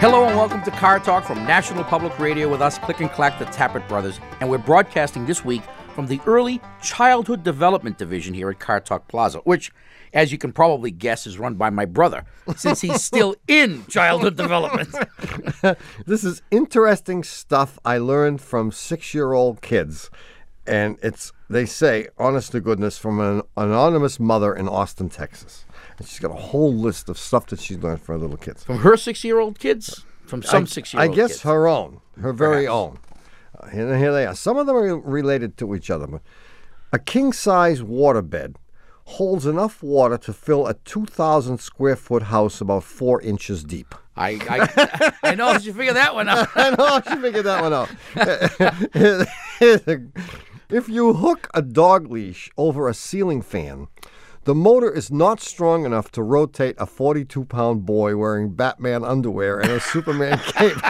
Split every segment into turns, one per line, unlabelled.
Hello and welcome to Car Talk from National Public Radio with us, Click and Clack, the Tappert Brothers, and we're broadcasting this week from the Early Childhood Development Division here at Car Talk Plaza, which, as you can probably guess, is run by my brother, since he's still in childhood development.
This is interesting stuff I learned from six-year-old kids, and it's they say, honest to goodness, from an anonymous mother in Austin, Texas. And she's got a whole list of stuff that she learned from her little kids.
From her six-year-old kids, from some
I
six-year-old.
guess
kids.
her own, her very own. Uh, and here they are. Some of them are related to each other. But a king-size waterbed holds enough water to fill a 2,000 square foot house about four inches deep.
I, I, I know. Did you figure that one out?
I know I should figure that one out. if you hook a dog leash over a ceiling fan, the motor is not strong enough to rotate a 42 pound boy wearing Batman underwear and a Superman cape.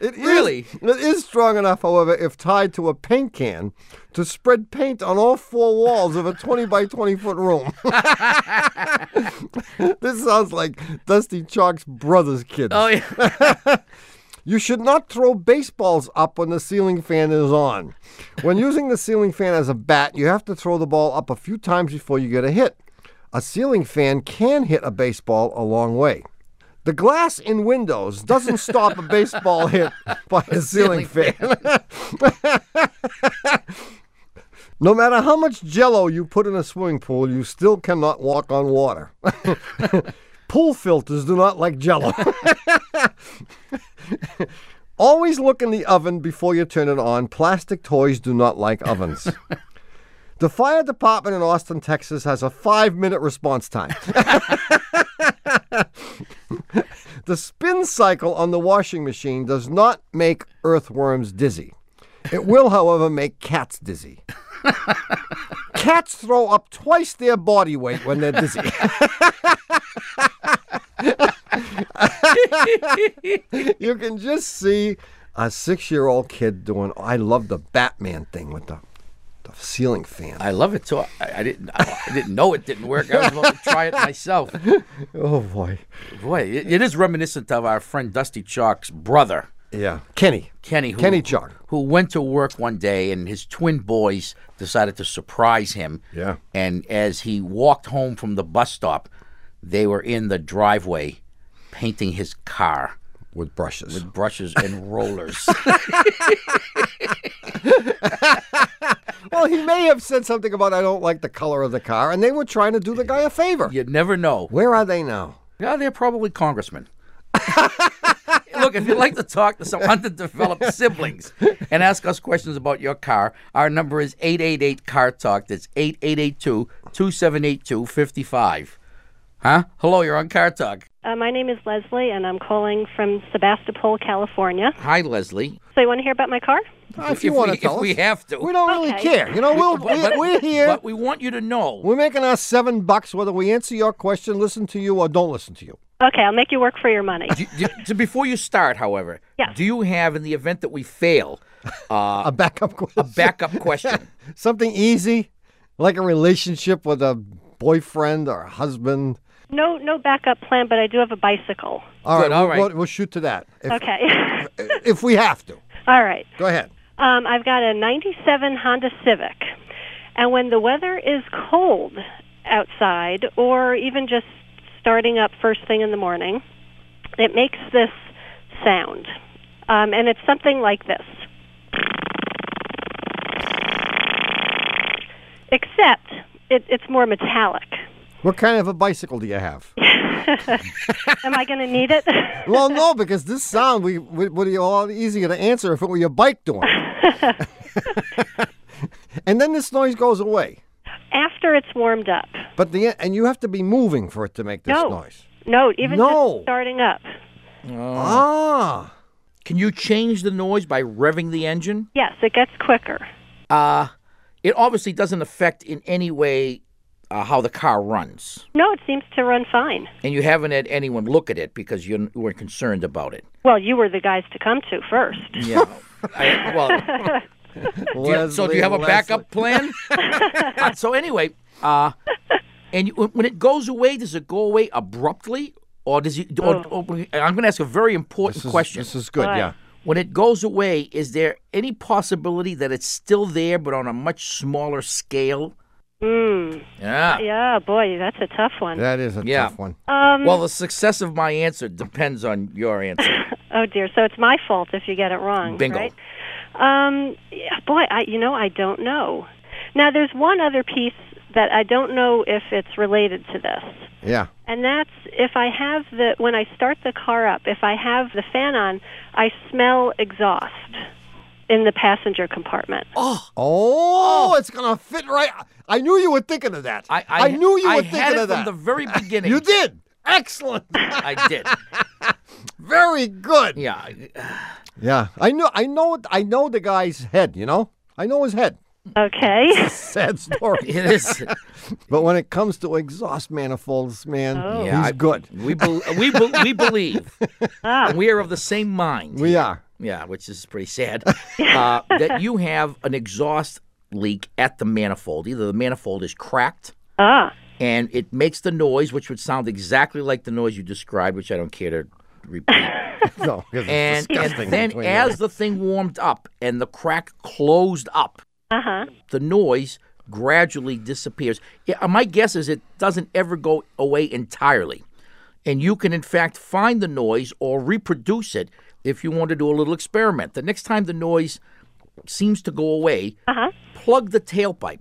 It is-
Really?
it is strong enough, however, if tied to a paint can to spread paint on all four walls of a 20 by 20 foot room. this sounds like Dusty Chalk's brother's kids.
Oh, yeah.
You should not throw baseballs up when the ceiling fan is on. When using the ceiling fan as a bat, you have to throw the ball up a few times before you get a hit. A ceiling fan can hit a baseball a long way. The glass in windows doesn't stop a baseball hit by a ceiling fan. No matter how much jello you put in a swimming pool, you still cannot walk on water. pool filters do not like jello. Always look in the oven before you turn it on. Plastic toys do not like ovens. the fire department in Austin, Texas has a five minute response time. the spin cycle on the washing machine does not make earthworms dizzy. It will, however, make cats dizzy. cats throw up twice their body weight when they're dizzy. you can just see a six-year-old kid doing. I love the Batman thing with the, the ceiling fan.
I love it too. I, I didn't. I, didn't know it didn't work. I was about to try it myself.
oh boy,
Boy, it, it is reminiscent of our friend Dusty Chalk's brother.
yeah, Kenny,
Kenny, who,
Kenny Chalk.
who went to work one day, and his twin boys decided to surprise him.
Yeah.
And as he walked home from the bus stop, they were in the driveway painting his car
with brushes.
with brushes and rollers.
well, he may have said something about I don't like the color of the car, and they were trying to do the guy a favor.
you never know.
Where are they now?
Yeah, they're probably congressmen. Look, if you'd like to talk to some underdeveloped siblings and ask us questions about your car, our number is 888 Car Talk. That's 8882 2782 55. Huh? Hello, you're on Car Talk.
Uh, my name is Leslie, and I'm calling from Sebastopol, California.
Hi, Leslie.
So, you want to hear about my car?
Uh, if you
if
want
we-
to tell
if
us,
we have to.
we don't really
Okay.
care. You know, we'll, we, we're here.
But we want you to know.
we're making our seven bucks whether we answer your question, listen to you, or don't listen to you.
Okay, I'll make you work for your money.
Do- do- so before you start, however,
Yes.
do you have, in the event that we fail, uh,
A backup question.
backup question?
Something easy, like a relationship with a boyfriend or a husband.
No, no backup plan, but I do have a bicycle.
All
Good, all
we'll-
right.
We'll, we'll shoot to that if,
Okay.
if we have to.
All right.
Go ahead.
Um, I've got a 97 Honda Civic. And when the weather is cold outside, or even just starting up first thing in the morning, it makes this sound. Um, and it's something like this. Except it, it's more metallic.
What kind of a bicycle do you have?
Am I going to need it?
well, no, because this sound we, we would be a lot easier to answer if it were your bike doing. it. and then this noise goes away,
After it's warmed up.
but the and you have to be moving for it to make this
No.
noise.
No, even
No.
just starting up.
Oh.
Ah,
Can you change the noise by revving the engine?
Yes, it gets quicker.
Uh, it obviously doesn't affect in any way uh, how the car runs.
No, it seems to run fine.
And you haven't had anyone look at it because you you weren't concerned about it.
Well, you were the guys to come to first.
Yeah. I, well, do you- so do you have a
Leslie,
backup plan? Uh, so anyway, uh, and you, when it goes away, does it go away abruptly, Or does he? Or, or, I'm going to ask a very important
This is,
question.
This is good.
Why?
Yeah.
when it goes away, is there any possibility that it's still there but on a much smaller scale?
Mm,
Yeah.
yeah, boy, that's a tough one.
That is a
Yeah.
tough one.
Um,
Well, the success of my answer depends on your answer.
oh dear, so it's my fault if you get it wrong,
Bingo.
right? Um, yeah, boy, I you know I don't know. Now there's one other piece that I don't know if it's related to this.
Yeah.
And that's if I have the when I start the car up, if I have the fan on, I smell exhaust in the passenger compartment.
Oh, it's gonna fit right. I knew you were thinking of that.
I, I,
knew you
I
were
had
thinking
it
of that.
from the very beginning.
you did. Excellent.
I did.
Very good.
Yeah.
Yeah. I know. I know. I know the guy's head. You know. I know his head.
Okay.
Sad story.
It is.
but when it comes to exhaust manifolds, man,
Oh.
Yeah,
he's
I-
good.
We, bel we, bel we believe.
Ah.
We are of the same mind.
We are.
yeah, which is pretty sad, uh, that you have an exhaust leak at the manifold. Either the manifold is cracked
Ah.
and it makes the noise, which would sound exactly like the noise you described, which I don't care to repeat.
No, 'cause it's
and, and
disgusting
then
between you.
as the thing warmed up and the crack closed up,
Uh-huh.
the noise gradually disappears. Yeah, uh, my guess is it doesn't ever go away entirely. And you can, in fact, find the noise or reproduce it if you want to do a little experiment. The next time the noise seems to go away, plug the tailpipe.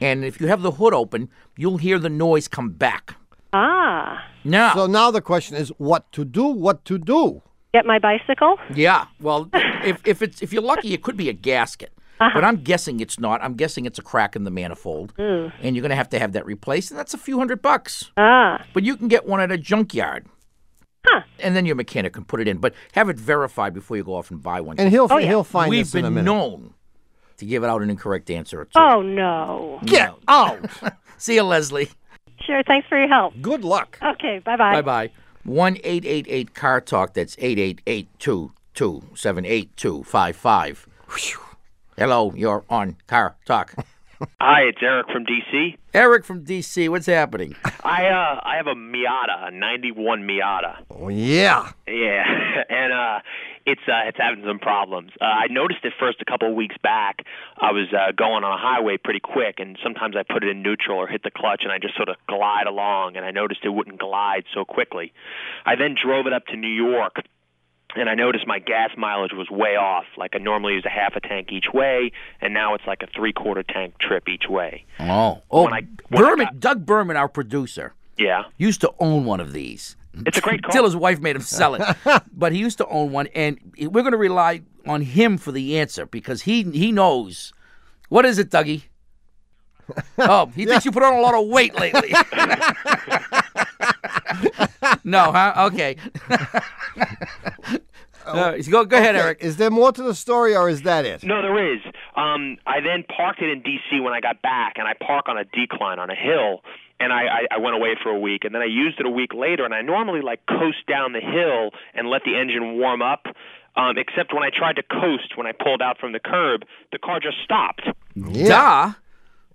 And if you have the hood open, you'll hear the noise come back.
Ah.
Now,
So now the question is what to do, what to do.
Get my bicycle?
Yeah. Well, if if it's if you're lucky, it could be a gasket.
Uh-huh.
But I'm guessing it's not. I'm guessing it's a crack in the manifold,
Mm.
and you're going to have to have that replaced, and that's a few hundred bucks.
Ah.
But you can get one at a junkyard.
Huh.
And then your mechanic can put it in, but have it verified before you go off and buy one.
And he'll
Oh, yeah.
he'll find
We've
this in a
been
minute.
known to give out an incorrect answer or two.
Oh no.
Get out.
See you, Leslie.
Sure, thanks for your help.
Good luck.
Okay, bye-bye.
Bye bye. One eight eight eight car talk. That's eight eight eight two two seven eight two five five. Hello, you're on car talk.
Hi, it's Eric from DC.
Eric from DC, what's happening?
I uh I have a Miata, a 91 Miata.
Oh yeah.
Yeah, and uh, it's uh, it's having some problems. Uh, I noticed it first a couple of weeks back. I was uh, going on a highway pretty quick, and sometimes I put it in neutral or hit the clutch, and I just sort of glide along. And I noticed it wouldn't glide so quickly. I then drove it up to New York, and I noticed my gas mileage was way off. Like I normally use a half a tank each way, and now it's like a three quarter tank trip each way.
Oh, oh,
When I- when I
Berman,
got-
Doug Berman, our producer,
Yeah,
used to own one of these.
it's a great car.
Till his wife made him sell it, but he used to own one, and we're going to rely on him for the answer because he he knows. What is it, Dougie? Oh, he thinks you put on a lot of weight lately. no, huh? Okay.
Oh,
Uh, go, go ahead, Eric.
Is there more to the story or is that it?
No, there is. Um, I then parked it in D.C. when I got back, and I park on a decline on a hill, and I, I, I went away for a week, and then I used it a week later, and I normally like coast down the hill and let the engine warm up. Um, except when I tried to coast, when I pulled out from the curb, the car just stopped.
Duh.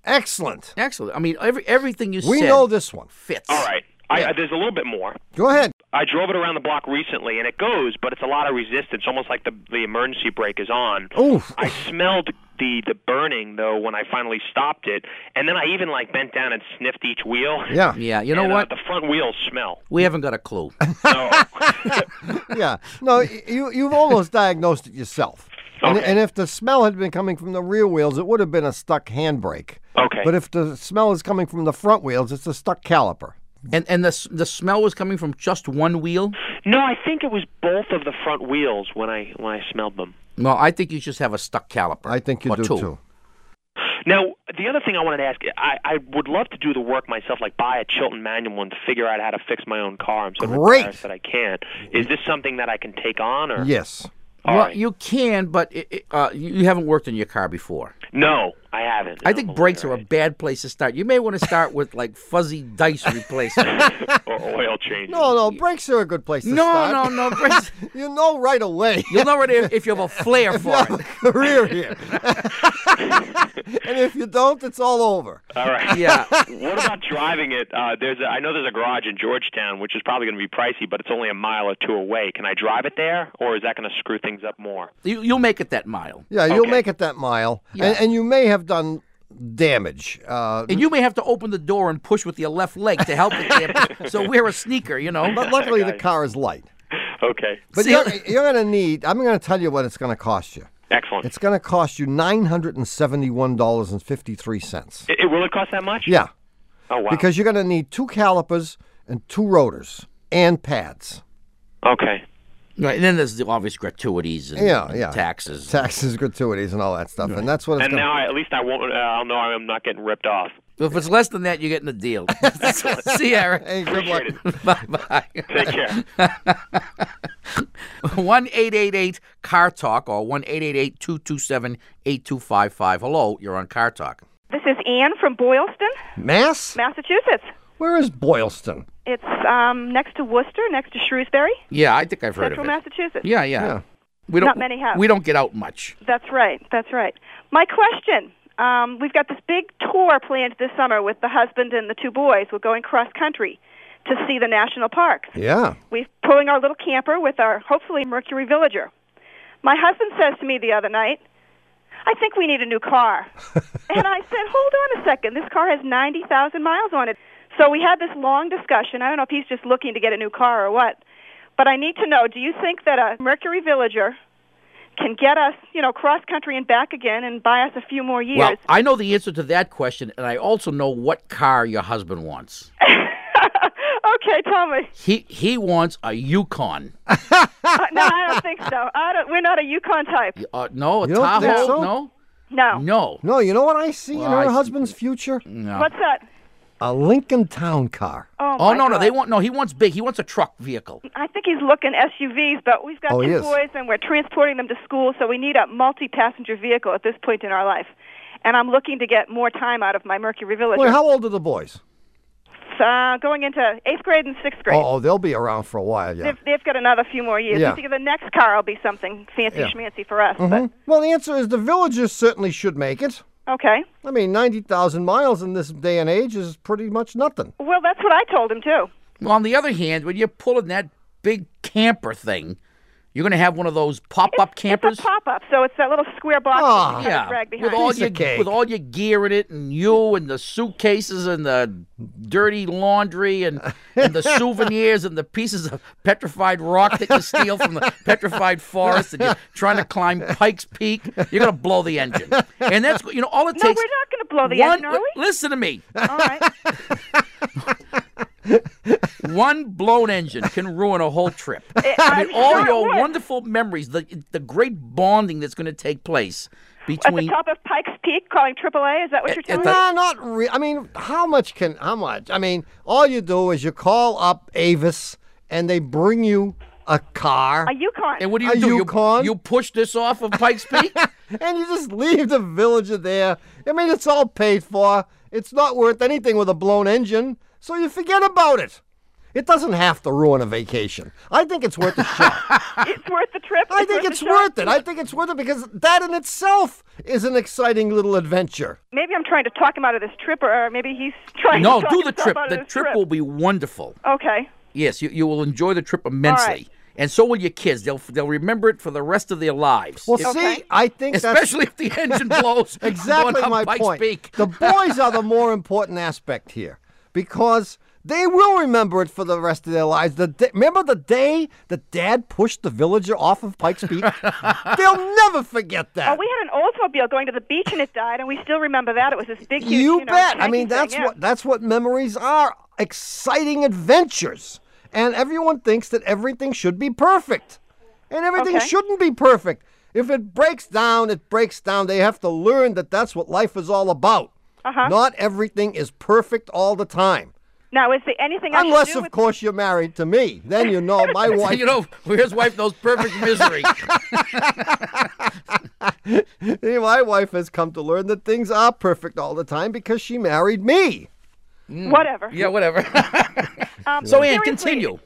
Excellent.
Excellent. I mean, every, everything you
We
said
know this one.
fits.
All right, I, I, there's a little bit more.
Go ahead.
I drove it around the block recently, and it goes, but it's a lot of resistance, almost like the the emergency brake is on.
Oof.
I smelled the the burning though when I finally stopped it, and then I even like bent down and sniffed each wheel.
Yeah.
Yeah, you know
And, uh,
what?
the front wheels smell.
We haven't got a clue.
So,
Yeah. No, y- you you've almost diagnosed it yourself. And,
Okay.
and if the smell had been coming from the rear wheels, it would have been a stuck handbrake.
okay.
But if the smell is coming from the front wheels, it's a stuck caliper.
And and the s- the smell was coming from just one wheel.
no, I think it was both of the front wheels when I when I smelled them.
No, I think you just have a stuck caliper.
I think you
or
do
two.
too.
Now, the other thing I wanted to ask, I, I would love to do the work myself, like buy a Chilton manual and figure out how to fix my own car. I'm sort of
Great.
embarrassed that I can't. Is this something that I can take on, or
Yes.
All
well,
right.
you can, but it, it, uh, you you haven't worked on your car before.
no? I haven't.
I think brakes are a bad place to start. You may want to start with like fuzzy dice replacement.
or oil change.
No, no, brakes are a good place to
no,
start.
no, no brakes.
You know right away.
You'll know right if you have a flair for it.
career here. and if you don't, it's all over.
All right.
Yeah.
what about driving it? Uh, there's a, I know there's a garage in Georgetown, which is probably going to be pricey, but it's only a mile or two away. Can I drive it there, or is that going to screw things up more?
You, you'll make it that mile.
Yeah, you'll
Okay.
make it that mile,
Yeah.
and, and you may have done damage. Uh,
And you may have to open the door and push with your left leg to help it. there. so wear a sneaker, you know.
but luckily, the car is light.
Okay.
But
See,
you're,
I-
you're going to need. I'm going to tell you what it's going to cost you.
Excellent.
It's going to cost you nine hundred and seventy-one dollars and fifty-three cents.
It, it- will it cost that much?
Yeah,
Oh wow.
because you're going to need two calipers and two rotors and pads.
okay.
Right, and then there's the obvious gratuities and,
Yeah,
and
yeah.
taxes.
Taxes, gratuities, and all that stuff, and that's what it's
And
going. to
now I, at least I won't. Uh, I'll know I'm not getting ripped off.
if it's less than that, you're getting a deal. See, Eric.
Hey, good luck.
Bye bye.
Take care.
One eight eight eight Car Talk or 1 227 8255. Hello, you're on Car Talk.
This is Anne from Boylston,
Mass?
Massachusetts.
Where is Boylston?
It's um, next to Worcester, next to Shrewsbury,
Yeah, I think I've heard
central
of it.
Massachusetts.
Yeah, yeah,
Yeah.
We
Not many have.
We don't get out much.
That's right. That's right. My question. Um, we've got this big tour planned this summer with the husband and the two boys. We're going cross country to see the national parks.
Yeah.
We're pulling our little camper with our hopefully Mercury Villager. My husband says to me the other night, I think we need a new car. and I said, Hold on a second. This car has 90,000 miles on it. So we had this long discussion. I don't know if he's just looking to get a new car or what. But I need to know do you think that a Mercury Villager can get us, you know, cross country and back again and buy us a few more years?
Well, I know the answer to that question, and I also know what car your husband wants.
okay, tell me.
He he wants a Yukon.
Uh, no, I don't think so. I don't, we're not a Yukon type.
Uh, no, a
You don't
Tahoe.
think so?
No,
No.
no,
No, you know what I see
Well,
in her
I see-
husband's future?
no.
What's that?
A Lincoln Town car.
Oh,
Oh
my
no, no,
God.
they want no. He wants big. He wants a truck vehicle.
I think he's looking SUVs, but we've got
Oh,
two
he is.
boys and we're transporting them to school, so we need a multi-passenger vehicle at this point in our life. And I'm looking to get more time out of my Mercury Village.
Wait, how old are the boys?
uh, going into eighth grade and sixth grade.
Oh, oh, they'll be around for a while, yeah.
They've, they've got another few more years.
Yeah.
I think the next car will be something fancy
Yeah.
schmancy for us.
Hmm? Well, the answer is the villagers certainly should make it.
But okay.
I mean, 90,000 miles in this day and age is pretty much nothing.
Well, that's what I told him too.
Well, on the other hand, when you're pulling that big camper thing, you're going to have one of those pop-up campers.
It's a pop-up, so it's that little square box that
Ah.
you kind of
yeah,
drag
with
behind.
all
Piece of
your
cake.
with all your gear in it, and you and the suitcases and the dirty laundry and, and the souvenirs and the pieces of petrified rock that you steal from the petrified forest, and you're trying to climb Pikes Peak. You're going to blow the engine, and that's you know all it
no, we're
takes.
not going to blow the
one,
engine, are we?
listen to me.
All right.
One blown engine can ruin a whole trip. I
Eh, I'm
mean, all
sure it
your
would.
wonderful memories, the the great bonding that's going to take place
At the
between.
top of Pikes Peak, calling AAA. Is that what you're telling
at the-
me?
Nah, not re- I mean, how much can, how much? I mean, all you do is you call up Avis and they bring you a car
A Yukon.
And what do you
A
do? You-
Yukon?
You, push this off of Pikes Peak?
and you just leave the villager there. I mean, it's all paid for. It's not worth anything with a blown engine, so you forget about it. It doesn't have to ruin a vacation. I think it's worth a shot.
it's worth the trip.
I think
the
it's
shot.
worth it. I think it's worth it because that in itself is an exciting little adventure.
Maybe I'm trying to talk him out of this trip, or maybe he's trying
no,
to talk
do the
himself
trip.
out of
The
this
trip, will be wonderful.
Okay.
Yes, you, you will enjoy the trip immensely. And so will your kids. They'll they'll remember it for the rest of their lives.
Well,
If-
see, I think that's
especially if the engine blows. going
exactly
up
my
Pikes
point.
Peak.
The boys are the more important aspect here because they will remember it for the rest of their lives. The day, remember the day that Dad pushed the villager off of Pikes Peak? They'll never forget that.
Oh, we had an Oldsmobile going to the beach and it died, and we still remember that. It was this big, huge,
you,
know,
bet. I
tanky
mean,
thing,
that's
yeah.
what that's what memories are. Exciting adventures. And everyone thinks that everything should be perfect. And everything
Okay.
shouldn't be perfect. If it breaks down, it breaks down. They have to learn that that's what life is all about.
Uh-huh.
Not everything is perfect all the time.
Now, is there anything I should
Unless,
do
of
with-
course, you're married to me. Then you know my wife.
you know, his wife knows perfect misery.
my wife has come to learn that things are perfect all the time because she married me.
Whatever.
Hmm. yeah, whatever.
Um,
so, Ann,
seriously,
continue.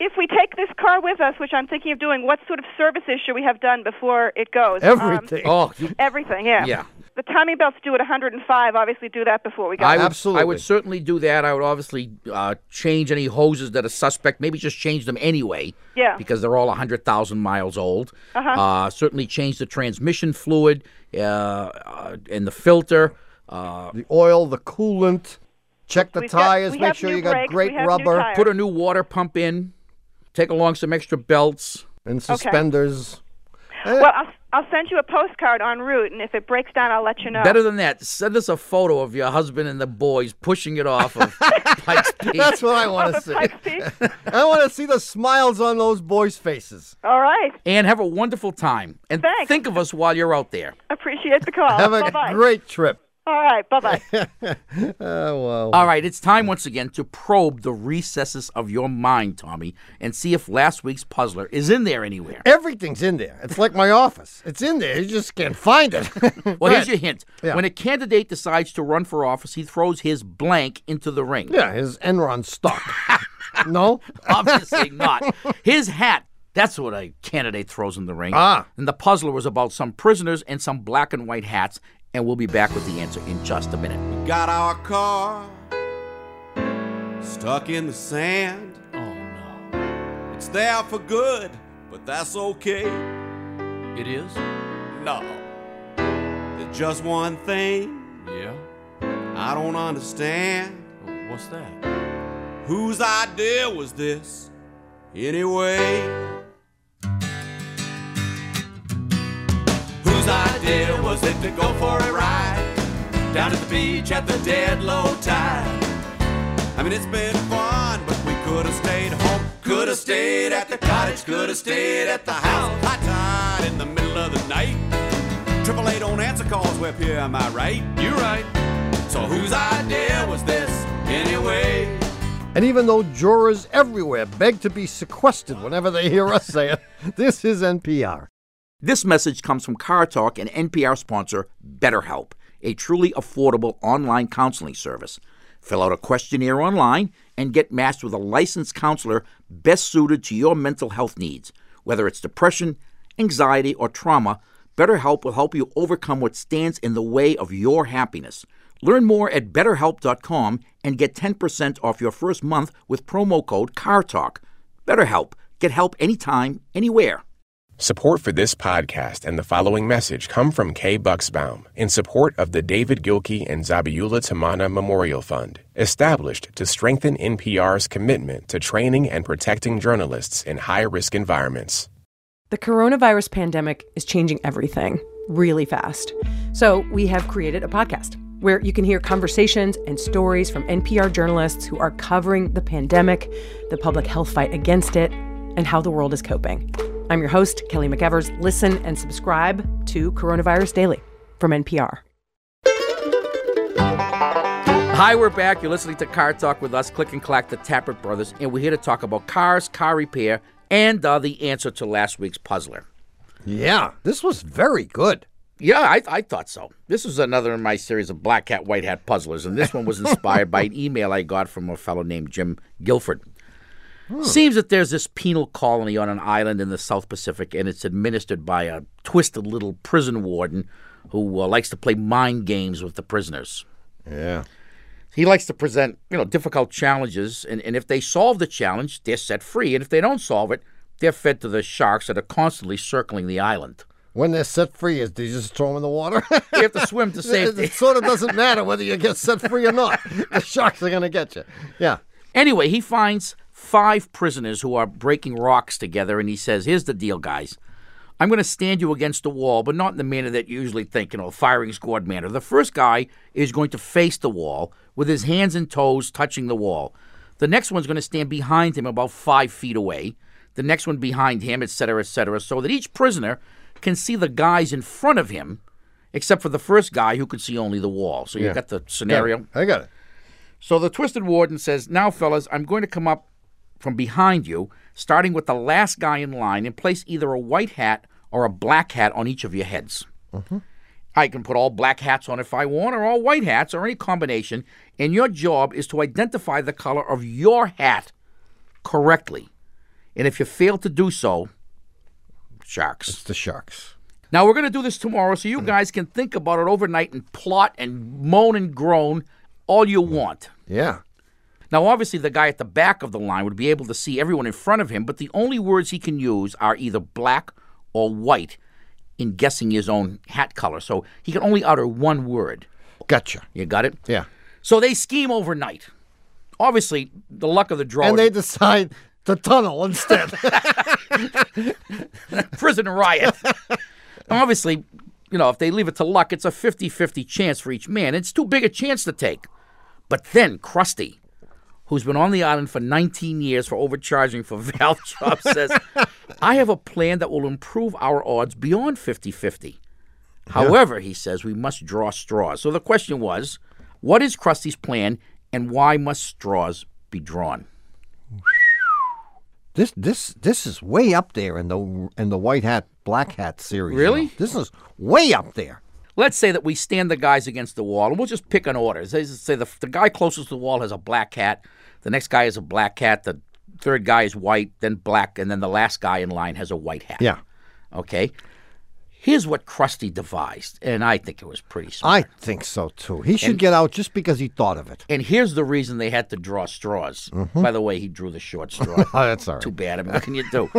If we take this car with us, which I'm thinking of doing, what sort of services should we have done before it goes? Um,
Everything.
Oh, you,
everything, yeah.
yeah.
the timing belts do at 105. Obviously, do that before we go.
I would,
Absolutely.
I would certainly do that. I would obviously uh, change any hoses that are suspect. Maybe just change them anyway.
Yeah.
Because they're all 100,000 miles old. Uh-huh. certainly change the transmission fluid uh, uh, and the filter. Uh,
The oil, the coolant. Check the
We've got-
tires.
we
make
have
sure
new
you got
brakes, we
great
have new
rubber
tires.
put a new water pump in. Take along some extra belts.
and suspenders. Eh.
well, I'll, I'll send you a postcard en route, and if it breaks down, I'll let you know.
Better than that, send us a photo of your husband and the boys pushing it off of Pikes Peak.
That's what I want to
Up at
see.
Pikes Peak?
I want to see the smiles on those boys' faces.
All right.
and have a wonderful time. And
Thanks.
think of us while you're out there.
Appreciate the call.
Have a
Bye-bye.
great trip.
All right. Bye bye.
Oh well.
All right, it's time once again to probe the recesses of your mind, Tommy, and see if last week's puzzler is in there anywhere.
Everything's in there. It's like my office. It's in there. You just can't find it.
Well, here's your hint.
Yeah.
When a candidate decides to run for office, he throws his blank into the ring.
yeah, his Enron stock. no?
Obviously not. His hat. That's what a candidate throws in the ring.
Ah.
And the puzzler was about some prisoners and some black and white hats. And we'll be back with the answer in just a minute.
Got our car stuck in the sand. Oh no. It's there for good, but that's okay.
It is?
No. There's just one thing
Yeah.
I don't understand.
What's that?
Whose idea was this anyway? Whose idea was it to go for a ride down to the beach at the dead low tide? I mean, it's been fun, but we could have stayed home. Could have stayed at the cottage, could have stayed at the house. High tide in the middle of the night. Triple A don't answer calls, we're up here, am I right? You're right. So whose idea was this anyway?
And even though jurors everywhere beg to be sequestered whenever they hear us say it, this is NPR.
This message comes from Car Talk and NPR sponsor BetterHelp, a truly affordable online counseling service. Fill out a questionnaire online and get matched with a licensed counselor best suited to your mental health needs. Whether it's depression, anxiety, or trauma, BetterHelp will help you overcome what stands in the way of your happiness. Learn more at betterhelp.com and get 10% off your first month with promo code CARTALK. BetterHelp. Get help anytime, anywhere.
Support for this podcast and the following message come from Kay Bucksbaum in support of the David Gilkey and Zabiula Tamana Memorial Fund, established to strengthen NPR's commitment to training and protecting journalists in high-risk environments.
The coronavirus pandemic is changing everything really fast. So, we have created a podcast where you can hear conversations and stories from NPR journalists who are covering the pandemic, the public health fight against it, and how the world is coping. I'm your host, Kelly McEvers. Listen and subscribe to Coronavirus Daily from NPR.
Hi, we're back. You're listening to Car Talk with us, Click and Clack, the Tappert brothers, and we're here to talk about cars, car repair, and uh, the answer to last week's puzzler.
Yeah, this was very good.
Yeah, I, I thought so. This is another in my series of black hat, white hat puzzlers, and this one was inspired by an email I got from a fellow named Jim Guilford.
Hmm.
Seems that there's this penal colony on an island in the South Pacific, and it's administered by a twisted little prison warden who uh, likes to play mind games with the prisoners.
Yeah.
he likes to present you know difficult challenges and, and if they solve the challenge they're set free and if they don't solve it they're fed to the sharks that are constantly circling the island
When they're set free, is do you just throw them in the water?
they have to swim to
it,
safety
sort of doesn't matter whether you get set free or not. The sharks are going to get you. Yeah.
anyway he finds five prisoners who are breaking rocks together and he says here's the deal guys i'm going to stand you against the wall but not in the manner that you usually think you know firing squad manner the first guy is going to face the wall with his hands and toes touching the wall the next one's going to stand behind him about five feet away the next one behind him, et cetera, et cetera, so that each prisoner can see the guys in front of him, except for the first guy who could see only the wall. So you've got the scenario.
I got it.
So the Twisted Warden says, Now, fellas, I'm going to come up from behind you, starting with the last guy in line, and place either a white hat or a black hat on each of your heads. I can put all black hats on if I want, or all white hats, or any combination, and your job is to identify the color of your hat correctly. And if you fail to do so, sharks.
It's the sharks.
Now, we're going to do this tomorrow so you guys can think about it overnight and plot and moan and groan all you want.
Yeah.
Now, obviously, the guy at the back of the line would be able to see everyone in front of him, but the only words he can use are either black or white in guessing his own hat color. So he can only utter one word.
Gotcha.
You got it?
Yeah.
So they scheme overnight. Obviously, the luck of the draw.
And they decide to tunnel instead.
prison riot. Obviously, you know, if they leave it to luck, it's a 50 50 chance for each man. It's too big a chance to take. But then Krusty, who's been on the island for 19 years for overcharging for valve jobs, says, I have a plan that will improve our odds beyond 50 50. However, he says, we must draw straws. So the question was, what is Krusty's plan and why must straws be drawn?
this this this is way up there in the in the white hat black hat series. you
Really?
know. This is way up there.
Let's say that we stand the guys against the wall, and we'll just pick an order. Say, say the, the guy closest to the wall has a black cat, the next guy is a black cat, the third guy is white, then black, and then the last guy in line has a white hat.
Yeah.
Okay. Here's what Krusty devised, and I think it was pretty smart.
I think so too. He should get out just because he thought of it.
and here's the reason they had to draw straws. By the way, he drew the short straw.
Oh, that's all right.
Too bad. I mean, what can you do?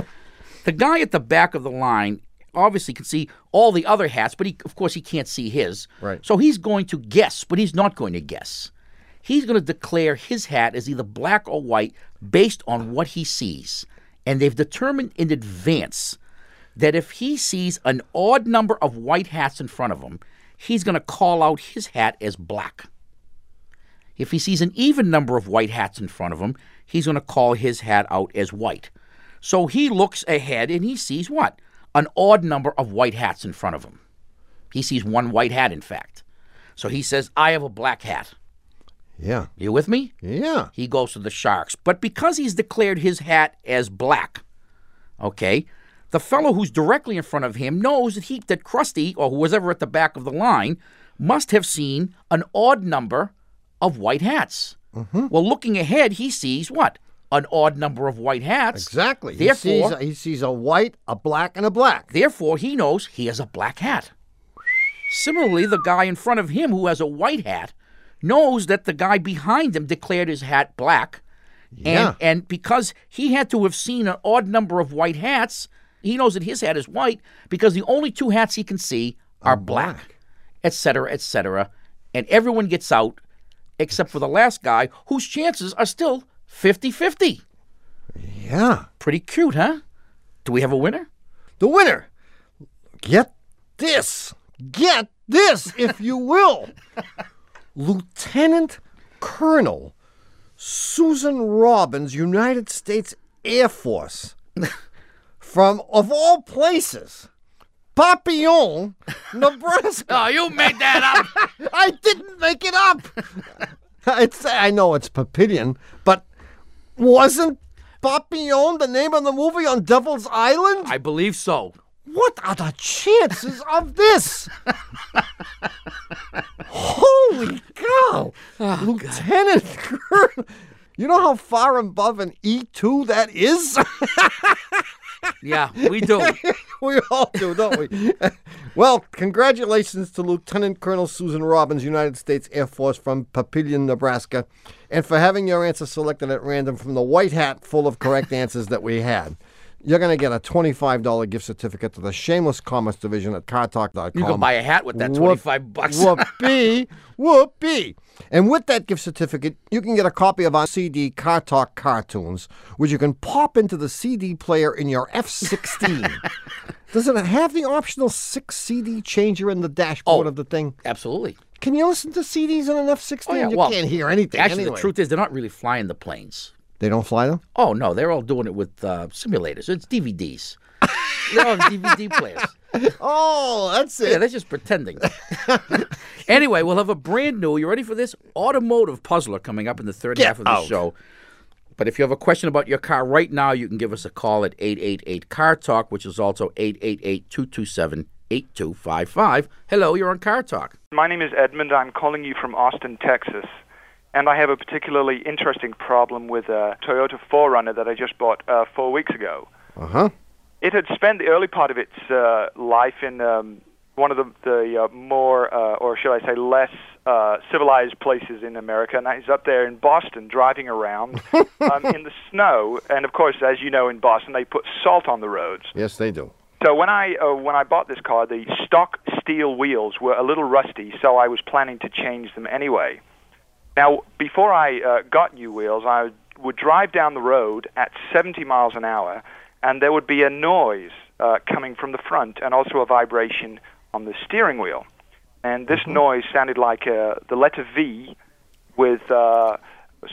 the guy at the back of the line obviously can see all the other hats, but he, of course, he can't see his.
Right.
So he's going to guess, but he's not going to guess. He's going to declare his hat as either black or white based on what he sees. And they've determined in advance that if he sees an odd number of white hats in front of him, he's going to call out his hat as black. If he sees an even number of white hats in front of him, he's going to call his hat out as white. So he looks ahead and he sees what? An odd number of white hats in front of him. He sees one white hat, in fact. So he says, I have a black hat.
Yeah.
You with me?
Yeah.
He goes to the Sharks. But because he's declared his hat as black, okay, the fellow who's directly in front of him knows that he that Krusty or who was ever at the back of the line must have seen an odd number of white hats.
Mm-hmm.
Well, looking ahead, he sees what? An odd number of white hats.
Exactly. He
Therefore,
sees he sees a white, a black, and a black.
Therefore, he knows he has a black hat. Similarly, the guy in front of him who has a white hat knows that the guy behind him declared his hat black.
Yeah.
And, and because he had to have seen an odd number of white hats, he knows that his hat is white because the only two hats he can see are black, et cetera, et cetera. And everyone gets out except for the last guy whose chances are still 50 50.
Yeah.
Pretty cute, huh? Do we have a winner?
The winner. Get this. Get this, if you will. Lieutenant Colonel Susan Robbins, United States Air Force, from, of all places, Papillon, Nebraska.
Oh, you made that up.
I didn't make it up. It's, I know it's Papillon, but wasn't Papillon the name of the movie on Devil's Island?
I believe so.
What are the chances of this? Holy cow! Lieutenant Colonel. You know how far above an E2 that is?
Yeah, we do.
we all do, don't we? well, congratulations to Lieutenant Colonel Susan Robbins, United States Air Force from Papillion, Nebraska, and for having your answer selected at random from the white hat full of correct answers that we had. You're going to get a $25 gift certificate to the Shameless Commerce Division at CarTalk.com.
You can buy a hat with that
Whoop-
25 bucks.
whoopee, whoopee. And with that gift certificate, you can get a copy of our CD, Car Talk Cartoons, which you can pop into the CD player in your F16. Does it have the optional six CD changer in the dashboard
Oh.
of the thing?
Absolutely.
Can you listen to CDs on an F16?
Oh, yeah,
you
well,
can't hear anything.
Actually,
anyway.
the truth is, they're not really flying the planes.
They don't fly them?
Oh, no, they're all doing it with uh, simulators. It's DVDs. they're all DVD players.
Oh, that's
Yeah,
it.
they're just pretending. anyway, we'll have a brand new, you ready for this? Automotive puzzler coming up in the third half of the show. But if you have a question about your car right now, you can give us a call at 888 Car Talk, which is also 888 227 8255. Hello, you're on Car Talk.
My name is Edmund. I'm calling you from Austin, Texas. And I have a particularly interesting problem with a Toyota 4Runner that I just bought uh, four weeks ago.
Uh huh.
It had spent the early part of its uh, life in um, one of the, the uh, more, uh, or should I say, less uh, civilized places in America, and it's up there in Boston, driving around um, in the snow. And of course, as you know, in Boston, they put salt on the roads.
Yes, they do.
So when I uh, when I bought this car, the stock steel wheels were a little rusty, so I was planning to change them anyway. Now, before I uh, got new wheels, I would drive down the road at 70 miles an hour, and there would be a noise uh, coming from the front and also a vibration on the steering wheel. And this noise sounded like uh, the letter V with uh,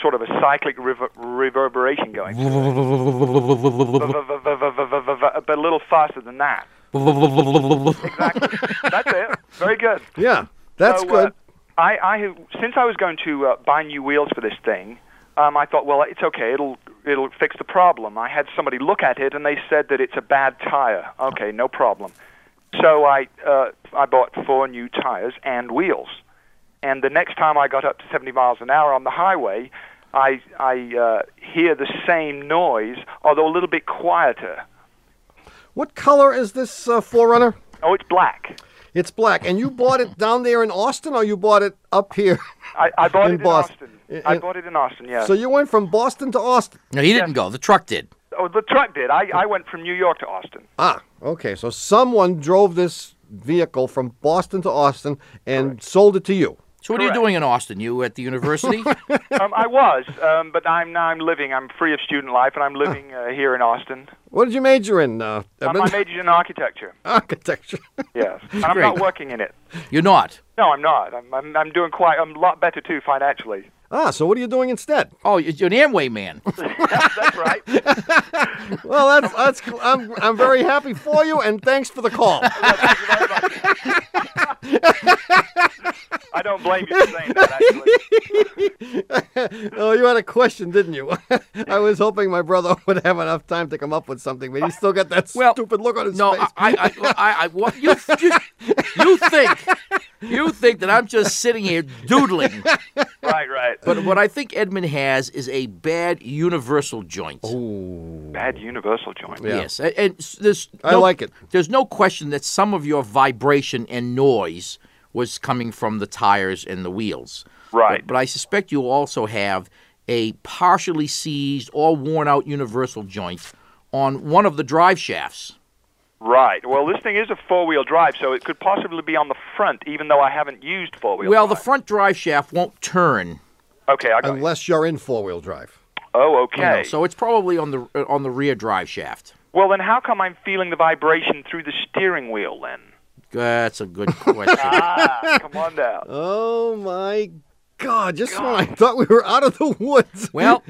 sort of a cyclic rever- reverberation going. but a little faster than that. Exactly. That's it. Very good.
Yeah, that's
So, uh,
good.
I, I have, since I was going to uh, buy new wheels for this thing, um, I thought, well, it's okay. It'll it'll fix the problem. I had somebody look at it, and they said that it's a bad tire. Okay, no problem. So I uh, I bought four new tires and wheels. And the next time I got up to 70 miles an hour on the highway, I I uh, hear the same noise, although a little bit quieter.
what color is this uh, Forerunner?
Oh, it's black.
It's black. And you bought it down there in Austin, or you bought it up here?
I, I bought
In
it in
Boston.
Austin.
In-
I
in-
bought it in Austin. Yeah.
So you went from Boston to Austin.
No, he didn't go. The truck did.
Oh, the truck did. I, I went from New York to Austin.
Ah, okay. So someone drove this vehicle from Boston to Austin and sold it to you.
So what are you doing in Austin? You at the university?
Um, I was, um, but I'm now I'm living. I'm free of student life, and I'm living uh, here in Austin.
What did you major in? Uh,
Um, I
Edmund?
majored in architecture.
Architecture.
Yes, and I'm
Great.
not working in it.
You're not.
No, I'm not. I'm I'm, I'm doing quite. I'm a lot better too financially.
ah, so what are you doing instead?
Oh, you're an Amway man.
That's right.
Well, that's that's. I'm I'm very happy for you, and thanks for the call.
I don't blame you for saying that. Actually,
Oh, you had a question, didn't you? I was hoping my brother would have enough time to come up with something, but he's still got that
Well,
stupid look on his
No,
face.
I, I, I, I, I what, you, you, you think, you think that I'm just sitting here doodling.
right, right.
But what I think Edmund has is a bad universal joint.
Bad universal joint.
Yes, and, and s- there's
I
no-
like it.
There's no question that some of your vibration and noise was coming from the tires and the wheels.
Right.
But, but I suspect you also have a partially seized or worn out universal joint on one of the drive shafts.
Right. Well, this thing is a four-wheel drive, so it could possibly be on the front, even though I haven't used four-wheel.
Well, the
drive.
front drive shaft won't turn.
Okay, I got. it.
Unless you're in four wheel drive.
Oh,
you know,
okay.
so it's probably on the uh, on the rear drive shaft.
Well, then how come I'm feeling the vibration through the steering wheel then?
That's a good question.
Ah, come on down.
Oh my God! Just when I thought we were out of the woods.
well,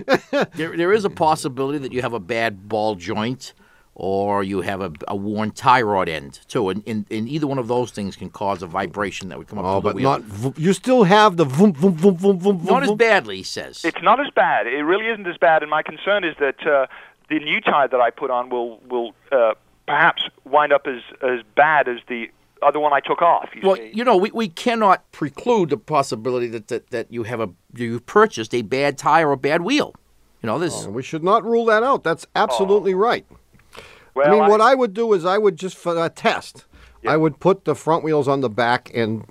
there, there is a possibility that you have a bad ball joint or you have a, a worn tie rod end, too. And, and, and either one of those things can cause a vibration that would come up
Oh,
through
but
the wheel.
not. vroom- You still have the vroom, vroom, vroom, vroom, vroom, vroom,
Not as
vroom.
badly, he says.
It's not as bad. It really isn't as bad. And my concern is that uh, the new tire that I put on will will uh, perhaps wind up as as bad as the other one I took off. You
well,
see.
you know, we, we cannot preclude the possibility that, that, that you have a you purchased a bad tire or a bad wheel. You know, this. Oh.
We should not rule that out. That's absolutely right.
well,
I mean, what I would do is I would just for a test, I would put the front wheels on the back and,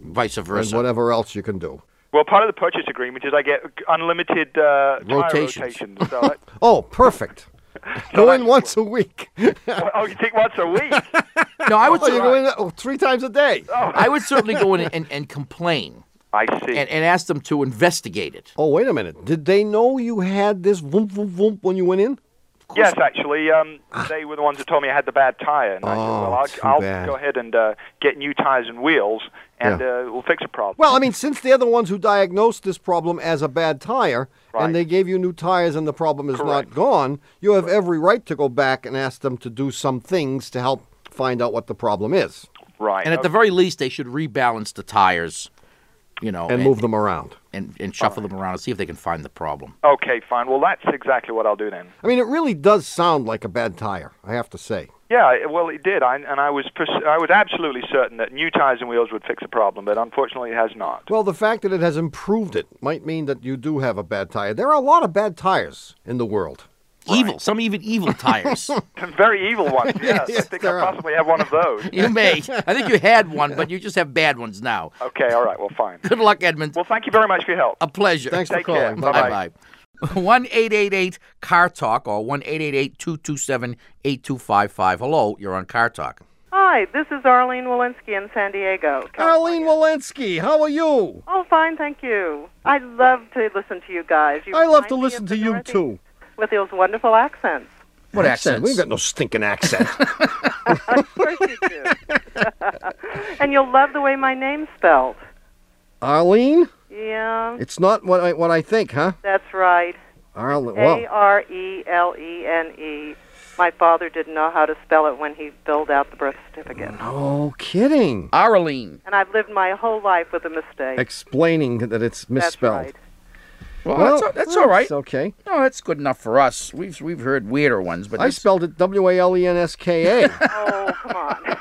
vice
and
versa.
whatever else you can do.
well, part of the purchase agreement is I get unlimited uh,
Rotations.
Tire rotations. So that,
Oh, perfect. go in once a week.
oh, you take once a week.
no, I would,
Oh, you
cer-
go in oh, three times a day.
I would certainly go in and, and complain
I see.
and, and ask them to investigate it.
Oh, wait a minute. Did they know you had this vroom, vroom, vroom when you went in?
Yes, actually, um, they were the ones that told me I had the bad tire, and I
Oh,
said,
too
"Well, I'll,
bad.
I'll go ahead and uh, get new tires and wheels, and
Yeah.
uh, we'll fix the problem."
Well, I mean, since they're the ones who diagnosed this problem as a bad tire,
Right.
and they gave you new tires and the problem is not gone, you have every right to go back and ask them to do some things to help find out what the problem is
right.
And at the
okay.
very least, they should rebalance the tires, you know,
and move them around.
and, and shuffle them around and see if they can find the problem.
okay, fine. Well, that's exactly what I'll do then.
I mean, it really does sound like a bad tire, I have to say.
Yeah, I- well, it did, I, and I was pers- I was absolutely certain that new tires and wheels would fix the problem, but unfortunately, it has not.
Well, the fact that it has improved it might mean that you do have a bad tire. There are a lot of bad tires in the world.
Evil, some even evil tires.
Very evil ones. Yes, I think I
there are.
possibly have one of those.
you may. I think you had one, but you just have bad ones now.
Okay, all right. Well, fine.
Good luck, Edmund.
Well, thank you very much for your help.
A pleasure.
Thanks
Take
for
care.
calling.
Bye-bye.
Bye bye. 1 888 Car Talk or 1 227 8255. Hello, you're on Car Talk.
Hi, this is Arlene Walensky in San Diego.
Arlene Walensky, how are you?
Oh, fine, thank you. I love to listen to you guys. You
I love to
remind me
listen
of
to
the
you
Dorothy
too.
With those wonderful accents.
What
Accent?
accents?
We've got no stinking accent.
Of course you do. and you'll love the way my name's spelled.
Arlene,
Yeah,
it's not what I what I think, huh?
that's right.
Arlene.
A
Well,
R E L E N E. My father didn't know how to spell it when he filled out the birth certificate.
no kidding.
Arlene.
And I've lived my whole life with a mistake.
Explaining that it's
That's
misspelled.
right.
Well,
Well,
that's, that's all right.
It's okay.
No, that's good enough for us. We've we've heard weirder ones, but
I
this-
spelled it W A L E N S K A.
Oh, come on.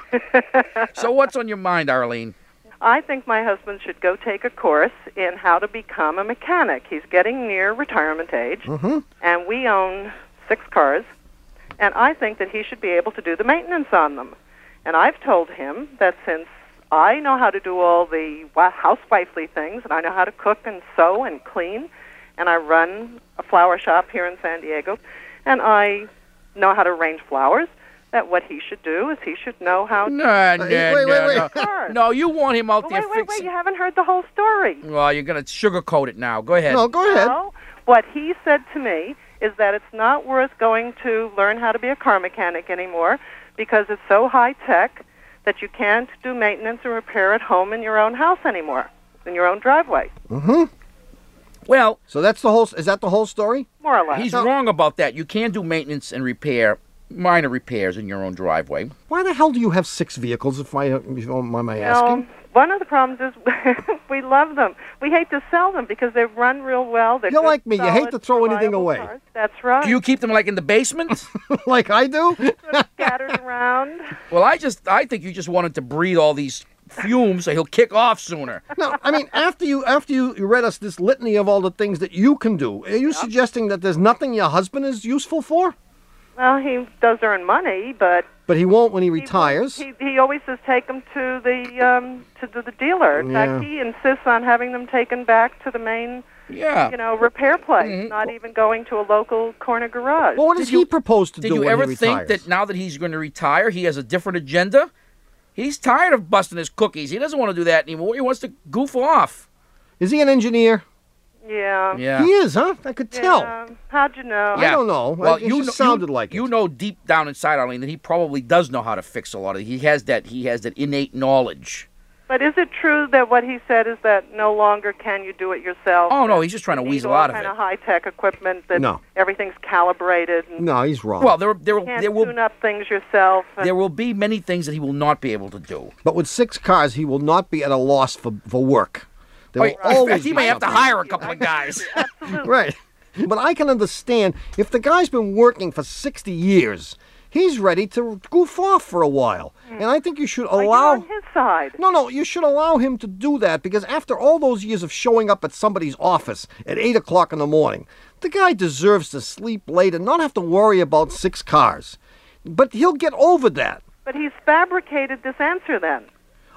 so what's on your mind, Arlene?
I think my husband should go take a course in how to become a mechanic. He's getting near retirement age,
Mm-hmm.
and we own six cars, and I think that he should be able to do the maintenance on them. And I've told him that since I know how to do all the wa- housewifely things, and I know how to cook and sew and clean, and I run a flower shop here in San Diego, and I know how to arrange flowers, that what he should do is he should know how to.
No, no,
wait,
no,
wait,
no.
wait.
Sure.
No, you want him out
But
there
wait, wait, wait!
fixing.
You haven't heard the whole story.
Well, you're gonna sugarcoat it now. Go ahead.
no, go ahead.
No, what he said to me is that it's not worth going to learn how to be a car mechanic anymore because it's so high tech that you can't do maintenance or repair at home in your own house anymore, in your own driveway,
Mm-hmm.
Well,
So that's the whole. Is that the whole story?
more or less.
he's wrong about that. You can do maintenance and repair, minor repairs in your own driveway.
Why the hell do you have six vehicles? If I if you don't mind my asking.
Um, one of the problems is we love them. We hate to sell them because they run real well. They're
You're
good,
like me. You hate
solid,
to throw anything
reliable
away.
Cars. That's right.
Do you keep them like in the basement?
like I do.
scattered around.
well, I just I think you just wanted to breathe all these fumes so he'll kick off sooner.
No, I mean after you after you you read us this litany of all the things that you can do, are you suggesting that there's nothing your husband is useful for?
Well, he does earn money, but
But he won't when he retires.
He, he always says take them to the um, to the, the dealer. In fact,
Yeah.
he insists on having them taken back to the main,
Yeah. Mm-hmm.
you know, repair place. Not even going to a local corner garage.
well, what does
Did you-
he propose to
Did
do
you
when
ever
he
think
retires?
that now that he's going to retire, he has a different agenda? He's tired of busting his cookies. He doesn't want to do that anymore. He wants to goof off.
Is he an engineer?
yeah.
Yeah.
He is, huh? I could tell.
Yeah. How'd you know?
Yeah.
don't know.
Well,
It
you
just
know,
sounded
you,
like
you
it.
know deep down inside, Arlene, that he probably does know how to fix a lot of. He has that. He has that innate knowledge.
But is it true that what he said is that no longer can you do it yourself?
Oh no, he's just trying to weasel out of
kind
it.
of high tech equipment that
No.
everything's calibrated and
No, he's wrong.
Well, there there will
you can't
there will
tune up things yourself. And
there will be many things that he will not be able to do.
but with six cars, he will not be at a loss for, for work. There will
Oh, in fact,
always
he
be
may have to
something.
hire a couple of guys.
Right. But I can understand if the guy's been working for 60 years, he's ready to goof off for a while. And I think you should
Hmm. Are you
allow.
on his side?
No, no, you should allow him to do that because after all those years of showing up at somebody's office at 8 o'clock in the morning, the guy deserves to sleep late and not have to worry about six cars. But he'll get over that.
But he's fabricated this answer then.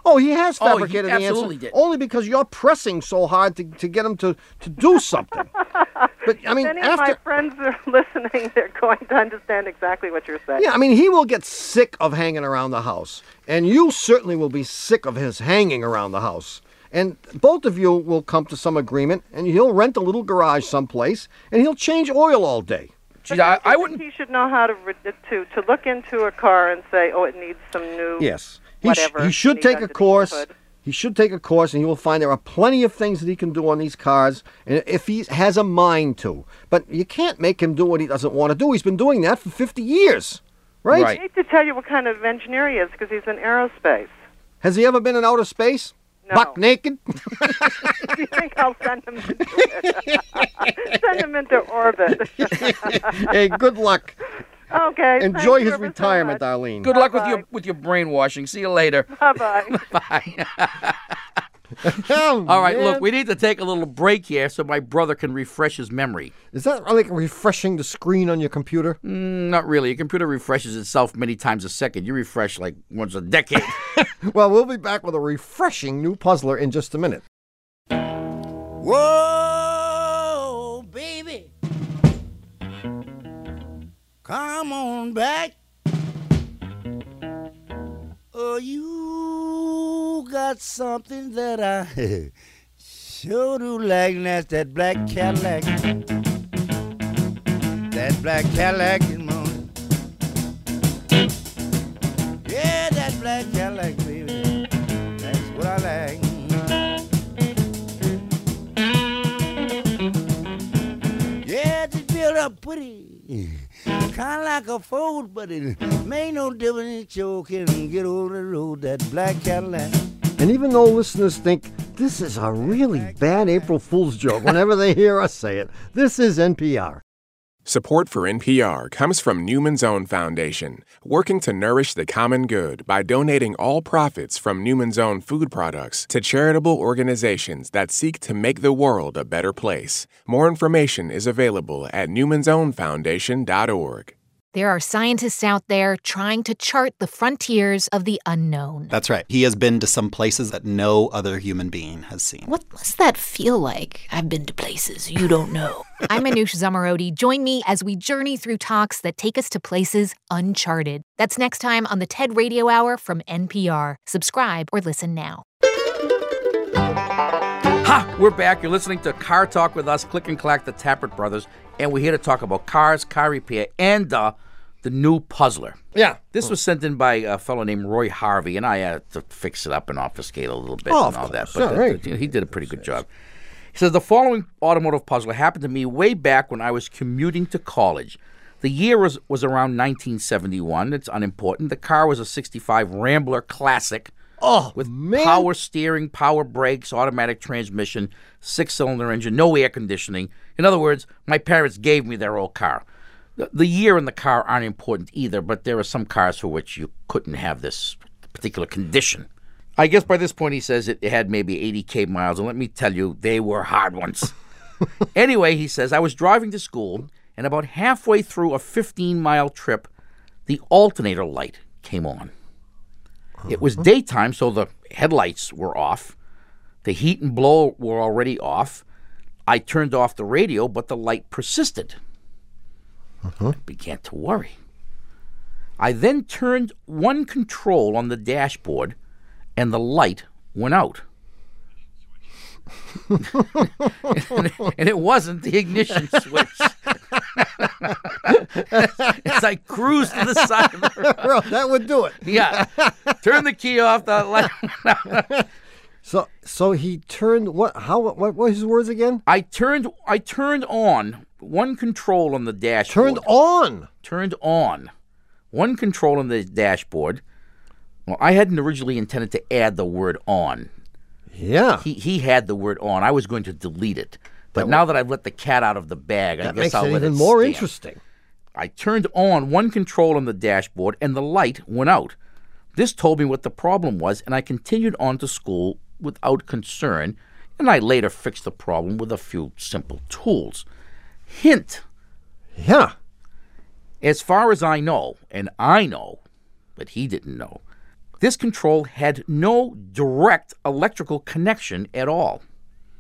Oh, he has
Oh, he
fabricated the
absolutely
answer
did.
only because you're pressing so hard to, to get him to, to do something. but I mean,
If any of my
after
friends are listening, they're going to understand exactly what you're saying.
Yeah, I mean, he will get sick of hanging around the house, and you certainly will be sick of his hanging around the house. And both of you will come to some agreement, and he'll rent a little garage someplace, and he'll change oil all day.
Geez, I, I wouldn't.
He should know how to re- to to look into a car and say, "Oh, it needs some new."
Yes. He, sh-
Whatever
he should
he
take
does
a
it, he
course.
could.
He should take a course, and he will find there are plenty of things that he can do on these cars, and if he has a mind to. But you can't make him do what he doesn't want to do. He's been doing that for 50 years, right?
I hate to tell you what kind of engineer he is because he's in aerospace.
Has he ever been in outer space?
No.
Buck naked?
Do you think I'll send him? Into send him into orbit.
hey, good luck.
okay.
Enjoy his retirement, Darlene.
Good luck with your with your brainwashing. See you later.
Bye bye.
All right, look,
Oh, man.
we need to take a little break here so my brother can refresh his memory.
Is that like refreshing the screen on your computer?
Mm, Not really. Your computer refreshes itself many times a second. You refresh like once a decade.
Well, we'll be back with a refreshing new puzzler in just a minute.
Whoa, baby. Come on back. Oh, you got something that I sure do like, and that's that black Cadillac. That black Cadillac is mine. Yeah, that black Cadillac, baby. That's what I like. Yeah, it's built up pretty. Kind of like a fold, but it made no difference. It sure can get over the road, that black Cadillac.
And even though listeners think this is a really bad April Fool's joke whenever they hear us say it, this is NPR.
Support for NPR comes from Newman's Own Foundation, working to nourish the common good by donating all profits from Newman's Own food products to charitable organizations that seek to make the world a better place. More information is available at newmansownfoundation.org.
There are scientists out there trying to chart the frontiers of the unknown.
That's right. He has been to some places that no other human being has seen.
What must that feel like? I've been to places you don't know. I'm Anoush Zamarodi. Join me as we journey through talks that take us to places uncharted. That's next time on the TED Radio Hour from NPR. Subscribe or listen now.
ha! We're back. You're listening to Car Talk with us, Click and Clack, the Tappert Brothers, and we're here to talk about cars, car repair, and uh, the new puzzler.
Yeah.
This was sent in by a fellow named Roy Harvey, and I had to fix it up and obfuscate a little bit
Oh,
and
of
all that.
course.
But
Yeah,
that-
right.
that- he did a pretty good job. He says the following automotive puzzle happened to me way back when I was commuting to college. The year was, was around 1971. It's unimportant. The car was a 65 Rambler Classic.
Oh,
With
man.
power steering, power brakes, automatic transmission, six cylinder engine, no air conditioning. In other words, my parents gave me their old car. The, the year and the car aren't important either, but there are some cars for which you couldn't have this particular condition. I guess by this point he says it, it had maybe 80K miles, and let me tell you, they were hard ones. anyway, he says, I was driving to school, and about halfway through a 15 mile trip, the alternator light came on. It was daytime, so the headlights were off. The heat and blow were already off. I turned off the radio, but the light persisted. I began to worry. I then turned one control on the dashboard, and the light went out. and it wasn't the ignition switch. As I cruised to the side of the road.
Well, that would do it.
Yeah. Turn the key off. The light.
So, so he turned what? How? What? What were his words again?
I turned. I turned on one control on the dashboard.
Turned on.
Turned on one control on the dashboard. Well, I hadn't originally intended to add the word on.
Yeah.
He he had the word on. I was going to delete it, but now that I've let the cat out of the bag, I
that
guess
makes
I'll
it
let
even
it
more
stand.
interesting.
I turned on one control on the dashboard and the light went out. This told me what the problem was, and I continued on to school without concern, and I later fixed the problem with a few simple tools. Hint
Yeah.
as far as I know, and I know, but he didn't know, this control had no direct electrical connection at all.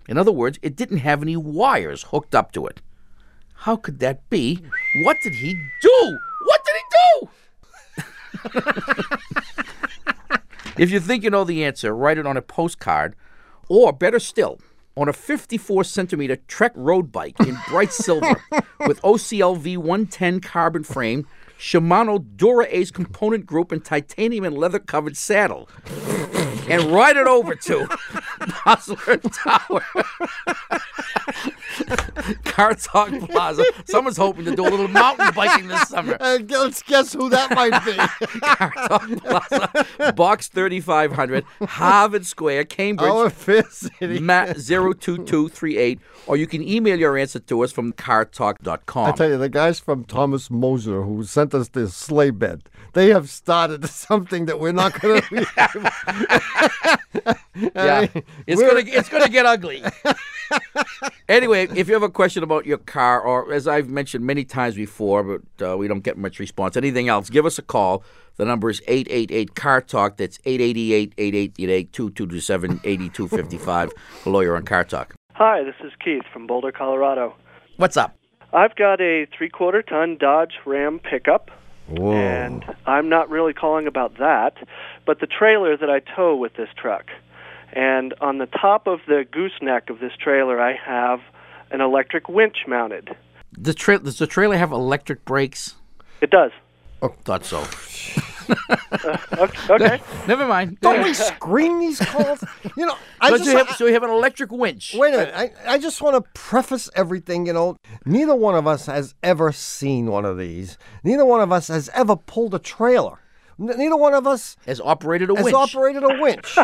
In other words, it didn't have any wires hooked up to it. How could that be? What did he do? What did he do? if you think you know the answer, write it on a postcard, or better still, on a 54 centimeter Trek road bike in bright silver with OCLV 110 carbon frame, Shimano Dura Ace component group, and titanium and leather covered saddle. And ride it over to Bosler Tower. Car Talk Plaza. Someone's hoping to do a little mountain biking this summer.
let's Uh, guess who that might be.
Box 3500, Harvard Square, Cambridge.
Our fair city.
Matt 02238. Or you can email your answer to us from cartalk.com.
I tell you, the guys from Thomas Moser who sent us this sleigh bed, they have started something that we're not going to be able
Yeah. It's
we're-
gonna it's gonna get ugly. anyway, if you have a question about your car, or as I've mentioned many times before, but uh, we don't get much response. Anything else? Give us a call. The number is 888 Car Talk. That's 888 888 2227 8255. Lawyer on Car Talk.
Hi, this is Keith from Boulder, Colorado.
What's up?
I've got a three quarter ton Dodge Ram pickup.
Whoa.
And I'm not really calling about that, but the trailer that I tow with this truck. And on the top of the gooseneck of this trailer, I have an electric winch mounted.
The tra- does the trailer have electric brakes?
It does.
Oh, thought so.
Okay.
Never mind.
Don't we screen these calls? You know, I
So
just
you have- so you have an electric winch.
Wait a minute. I, I just want to preface everything. You know, neither one of us has ever seen one of these. Neither one of us has ever pulled a trailer. N- neither one of us
has operated a
Has
winch.
operated a winch.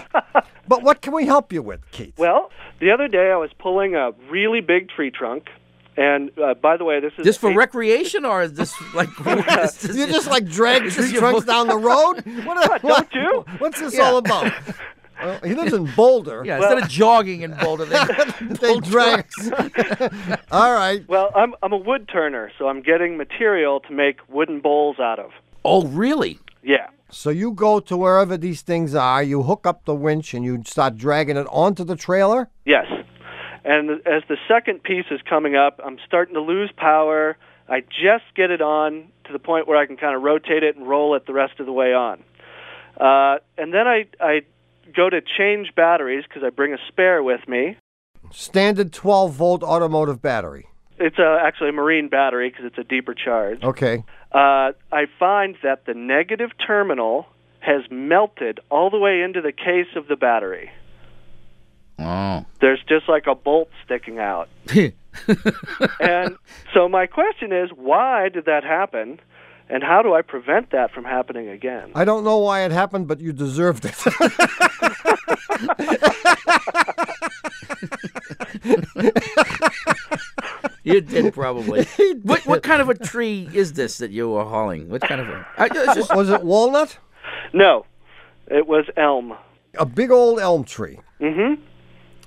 but what can we help you with, Keith?
Well, the other day I was pulling a really big tree trunk. And uh, by the way, this is
This for
eight-
recreation, or is this like
You just like drag
Is
tree
this your
trunks
book?
down the road? What,
Don't you?
What's this
Yeah.
all about? Well, he lives in Boulder.
Yeah, instead of jogging in Boulder, they,
they drag. All right.
Well, I'm I'm a wood turner, so I'm getting material to make wooden bowls out of.
Oh, really?
Yeah.
So you go to wherever these things are, you hook up the winch, and you start dragging it onto the trailer.
Yes. And as the second piece is coming up, I'm starting to lose power. I just get it on to the point where I can kind of rotate it and roll it the rest of the way on. Uh, and then I, I go to change batteries because I bring a spare with me.
Standard 12 volt automotive battery.
It's uh actually a marine battery because it's a deeper charge.
Okay.
Uh, I find that the negative terminal has melted all the way into the case of the battery.
Oh.
There's just like a bolt sticking out. and so my question is, why did that happen, and how do I prevent that from happening again?
I don't know why it happened, but you deserved it.
you did probably. What, what kind of a tree is this that you were hauling? What kind of a? I, it's just-
was it walnut?
No, it was elm.
A big old elm tree. Uh,
Mm-hmm.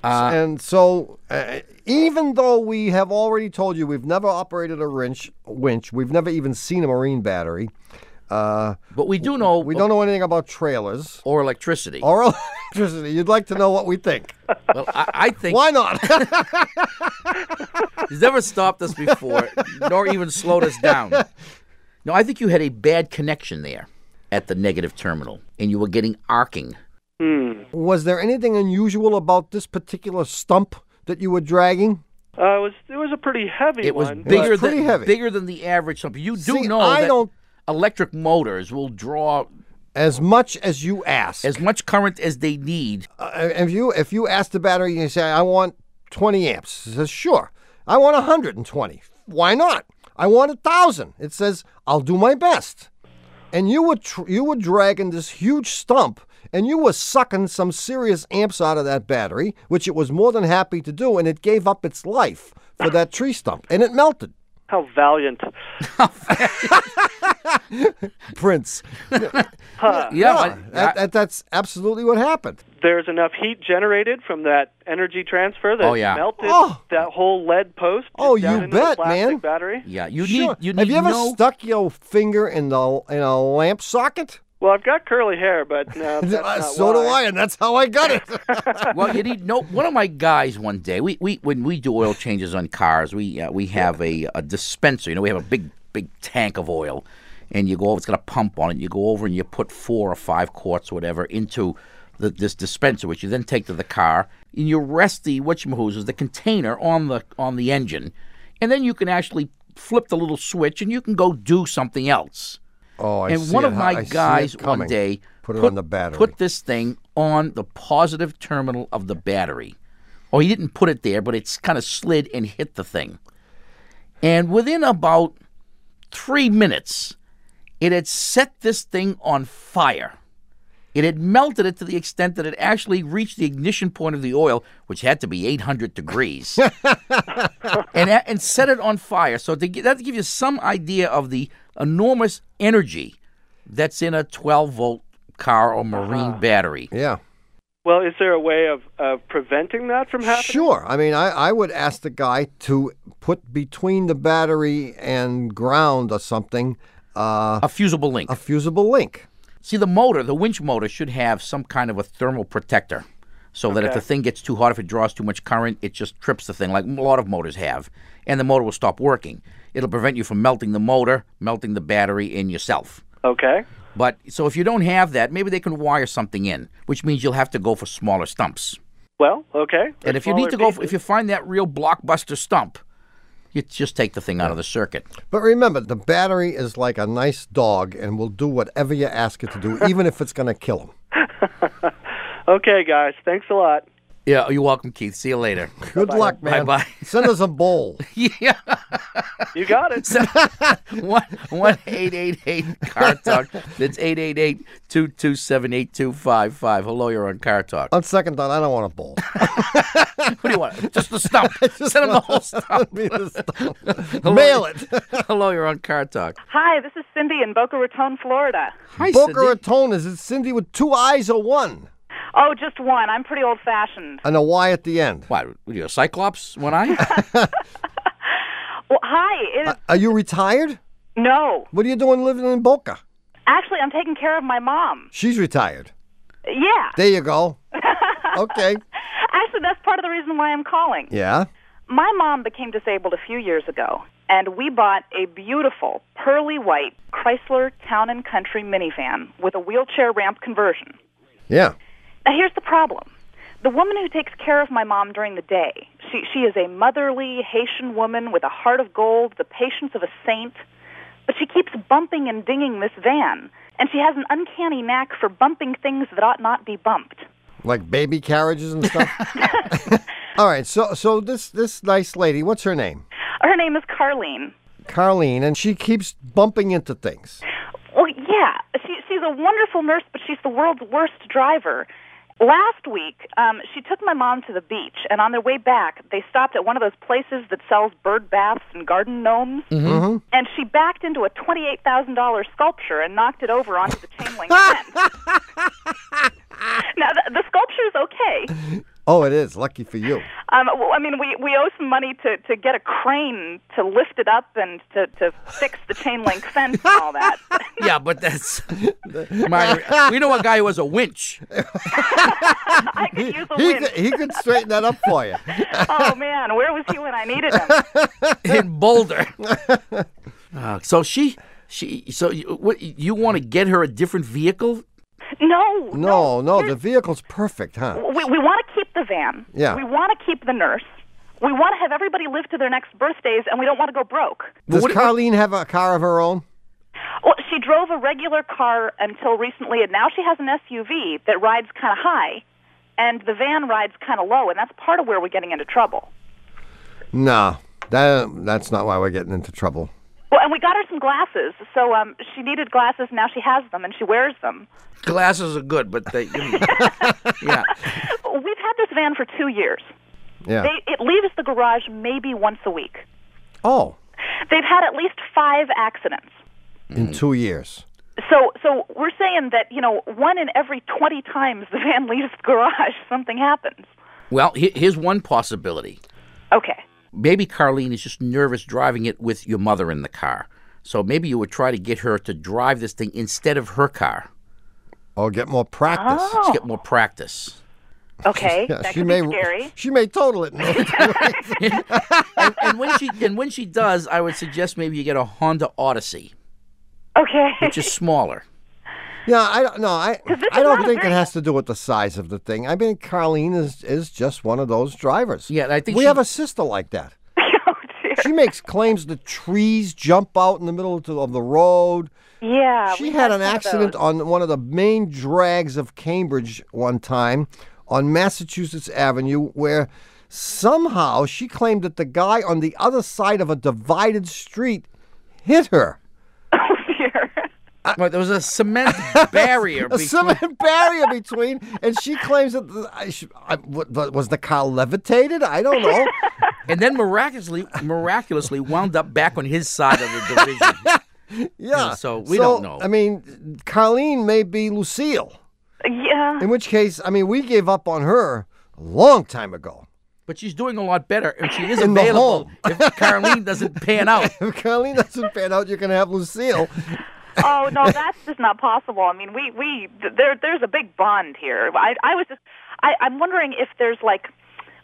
and so, uh, even though we have already told you we've never operated a wrench, winch, we've never even seen a marine battery. Uh,
but we do know
we don't know anything about trailers
or electricity
or electricity. You'd like to know what we think.
Well, I, I think
Why not?
he's never stopped us before, nor even slowed us down. No, I think you had a bad connection there at the negative terminal, and you were getting arcing.
Hmm.
Was there anything unusual about this particular stump that you were dragging?
Uh, it was it was a pretty heavy
It was
one.
bigger
was pretty
than
heavy.
bigger than the average sump. You do
See,
know
I
that
don't-
electric motors will draw
As much as you ask.
as much current as they need.
Uh, if you if you ask the battery and you say, I want 20 amps, it says, sure. I want 120. Why not? I want 1,000. It says, I'll do my best. And you were, tr- you were dragging this huge stump and you were sucking some serious amps out of that battery, which it was more than happy to do, and it gave up its life for that tree stump and it melted.
How valiant!
Prince.
Huh.
Yeah, but-
that, that, that's absolutely what happened.
There's enough heat generated from that energy transfer that
Oh, yeah.
melted
Oh.
that whole lead post.
Oh,
down
you
into the
bet,
plastic
man.
Battery.
yeah, you
Sure.
need you need
Have you ever
no-
stuck your finger in the in a lamp socket?
Well, I've got curly hair, but no, that's
Uh,
not
so do
why.
I, and that's how I got it.
well, you need no. One of my guys one day, we, we when we do oil changes on cars, we uh, we have a, a dispenser. You know, we have a big big tank of oil, and you go over. It's got a pump on it. You go over and you put four or five quarts, or whatever, into the, this dispenser, which you then take to the car, and you rest the whatchamahoozers, the container on the on the engine, and then you can actually flip the little switch, and you can go do something else
oh, I
and
see
one
it,
of
huh?
my
I see it
guys one
coming.
day
put it on the battery.
put this thing on the positive terminal of the battery. or he didn't put it there, but it's kind of slid and hit the thing. And within about three minutes, it had set this thing on fire. It had melted it to the extent that it actually reached the ignition point of the oil, which had to be 800 degrees, and, and set it on fire. So to, gi- that to give you some idea of the enormous energy that's in a 12 volt car or marine battery.
Yeah.
Well, is there a way of, of preventing that from happening?
Sure. I mean, I, I would ask the guy to put between the battery and ground or something uh,
a fusible link.
A fusible link.
See, the motor, the winch motor, should have some kind of a thermal protector so that if
Okay.
the thing gets too hot, if it draws too much current, it just trips the thing, like a lot of motors have, and the motor will stop working. It'll prevent you from melting the motor, melting the battery, and yourself.
Okay.
But so if you don't have that, maybe they can wire something in, which means you'll have to go for smaller stumps.
Well, okay.
And if you need to go, for, if you find that real blockbuster stump, you just take the thing out of the circuit.
But remember, the battery is like a nice dog and will do whatever you ask it to do, even if it's going to kill him.
Okay, guys. Thanks a lot.
Yeah, you're welcome, Keith. See you later.
Good luck, man.
Bye bye.
Send us a bowl.
yeah.
You got it.
one one eight eight eight car talk. That's 888-227-8255. Hello, you're on car talk.
On second thought, I don't want a bowl.
What do you want? Just the stump. Send him the whole stump. Hello.
Mail it.
Hello, you're on car talk.
Hi, this is Cindy in Boca Raton, Florida.
Boca Raton, is it Cindy with two eyes or one?
Oh, just one. I'm pretty old fashioned.
And a Y at the end.
Why, were you a cyclops when I?
Well, hi. It is,
Are you retired?
No.
What are you doing living in Boca?
actually, I'm taking care of my mom.
She's retired.
Yeah.
There you go. okay.
Actually, that's part of the reason why I'm calling.
Yeah.
My mom became disabled a few years ago, and we bought a beautiful pearly white Chrysler Town and Country minivan with a wheelchair ramp conversion.
Yeah.
Now, here's the problem. The woman who takes care of my mom during the day, she, she is a motherly Haitian woman with a heart of gold, the patience of a saint, but she keeps bumping and dinging this van, and she has an uncanny knack for bumping things that ought not be bumped.
Like baby carriages and stuff. All right. So so this this nice lady, what's her name?
Her name is Carlene.
Carlene, and she keeps bumping into things.
Well, Oh, yeah, she, she's a wonderful nurse, but she's the world's worst driver. Last week, um, she took my mom to the beach, and on their way back, they stopped at one of those places that sells bird baths and garden gnomes.
Mm-hmm.
and she backed into a twenty-eight thousand dollars sculpture and knocked it over onto the chain link fence. now the, the sculpture's okay.
Oh, it is. Lucky for you.
Um, well, I mean, we, we owe some money to, to get a crane to lift it up and to, to fix the chain link fence and all that.
yeah, but that's my, we know a guy who has a winch.
I could use a
He
win.
could, he could straighten that up for you.
oh man, where was he when I needed him?
in Boulder. Uh, so she, she, so you, what, you want to get her a different vehicle?
No,
No, no, the vehicle's perfect, huh?
we, we want to keep the van.
Yeah.
We want to keep the nurse. We want to have everybody live to their next birthdays, and we don't want to go broke.
Does Carlene have a car of her own?
Well, she drove a regular car until recently, and now she has an SUV that rides kind of high, and the van rides kind of low, and that's part of where we're getting into trouble.
No, that that's not why we're getting into trouble.
Well, and we got her some glasses, so um, she needed glasses. Now she has them, and she wears them.
Glasses are good, but they, you know, yeah.
We've had this van for two years.
Yeah.
They, it leaves the garage maybe once a week.
oh,
They've had at least five accidents.
in two years.
So, so we're saying that you know, one in every twenty times the van leaves the garage, something happens.
Well, he, here's one possibility.
Okay.
Maybe Carlene is just nervous driving it with your mother in the car. So maybe you would try to get her to drive this thing instead of her car.
Oh, get more practice.
Just get more practice.
Oh. Okay,
Yeah,
that
she
could
may
be scary.
she may total it.
and, and when she and when she does, I would suggest maybe you get a Honda Odyssey,
Okay.
which is smaller.
Yeah, I don't no, I
this
I
is
don't
not a
think it
very-
has to do with the size of the thing. I mean, Carlene is is just one of those drivers.
Yeah, and I think
we
she-
have a sister like that.
Oh,
She makes claims the trees jump out in the middle of the, of the road.
Yeah.
she
Uh, we
had
some
an
of
accident
those.
on one of the main drags of Cambridge one time on Massachusetts Avenue where Somehow, she claimed that the guy on the other side of a divided street hit her.
Well, there was a cement barrier.
a cement barrier between, and she claims that the, I should, I, what, what- was the car levitated? I don't know.
and then miraculously, miraculously wound up back on his side of the division.
Yeah.
so we don't know.
I mean, Carlene may be Lucille.
Yeah.
In which case, I mean, we gave up on her a long time ago.
But she's doing a lot better, and she is
In the
available.
home.
If Carlene doesn't pan out,
if Carlene doesn't pan out, you're going to have Lucille.
oh no, that's just not possible. I mean, we we th- there there's a big bond here. I I was just I I'm wondering if there's like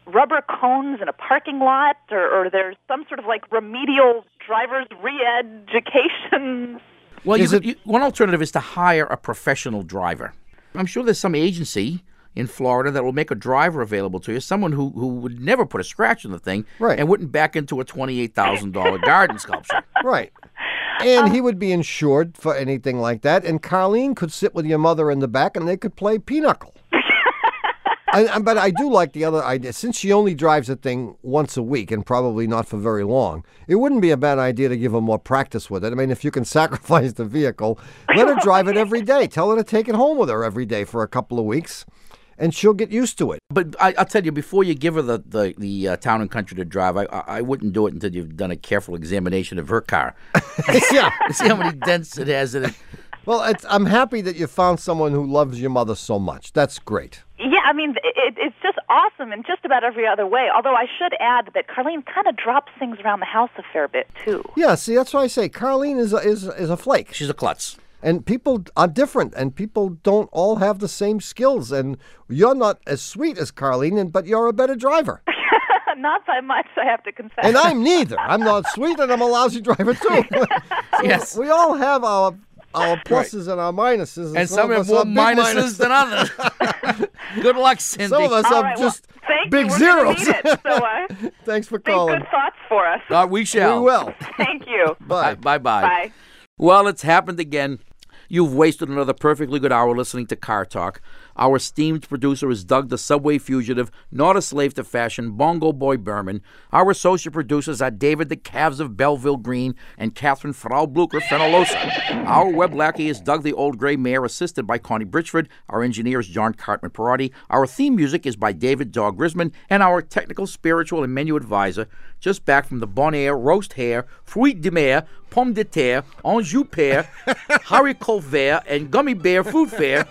rubber cones in a parking lot or, or there's some sort of like remedial driver's re-education.
well, you, could- you- one alternative is to hire a professional driver. I'm sure there's some agency in Florida that will make a driver available to you, someone who, who would never put a scratch on the thing, right. and wouldn't back into a twenty-eight thousand dollar garden sculpture.
Right. And he would be insured for anything like that. And Carlene could sit with your mother in the back and they could play pinochle. I, I- but I do like the other idea. Since she only drives the thing once a week and probably not for very long, it wouldn't be a bad idea to give her more practice with it. I mean, if you can sacrifice the vehicle, let her drive it every day. Tell her to take it home with her every day for a couple of weeks and she'll get used to it.
But I, I'll tell you, before you give her the the, the uh, town and country to drive, I, I I wouldn't do it until you've done a careful examination of her car.
yeah,
see how many dents it has in it.
Well, it's, I'm happy that you found someone who loves your mother so much. That's great.
Yeah, I mean, it, it's just awesome in just about every other way. Although I should add that Carlene kind of drops things around the house a fair bit too.
Yeah, see, that's why I say Carlene is a, is is a flake.
She's a klutz.
And people are different, and people don't all have the same skills. And you're not as sweet as Carlene, and, but you're a better driver.
Not by much, I have to confess.
And I'm neither. I'm not sweet, and I'm a lousy driver too. So
Yes.
we all have our our pluses and our minuses,
And some
of
have
us
more
are big
minuses than others. Good luck, Cindy.
Some of us
All
are
right, well,
just
thank
big
you. We're gonna
zeros.
need it, so, uh,
Thanks for
think
calling.
good thoughts for us.
Uh, we shall.
We will.
Thank you.
Bye. Bye.
Bye.
Well, it's happened again. You've wasted another perfectly good hour listening to Car Talk. Our esteemed producer is Doug the Subway Fugitive, not a slave to fashion, Bongo Boy Berman. Our associate producers are David the Calves of Belleville Green and Catherine Fraublucher Fenelosa. Our web lackey is Doug the Old Gray Mare, assisted by Connie Bridgeford. Our engineer is John Cartman Parati. Our theme music is by David Dog Risman, and our technical, spiritual, and menu advisor, just back from the Bonaire Roast Hare, Fruit de Mer, Pomme de Terre, Anjou Pear, Haricot Vert, and Gummy Bear Food Fair,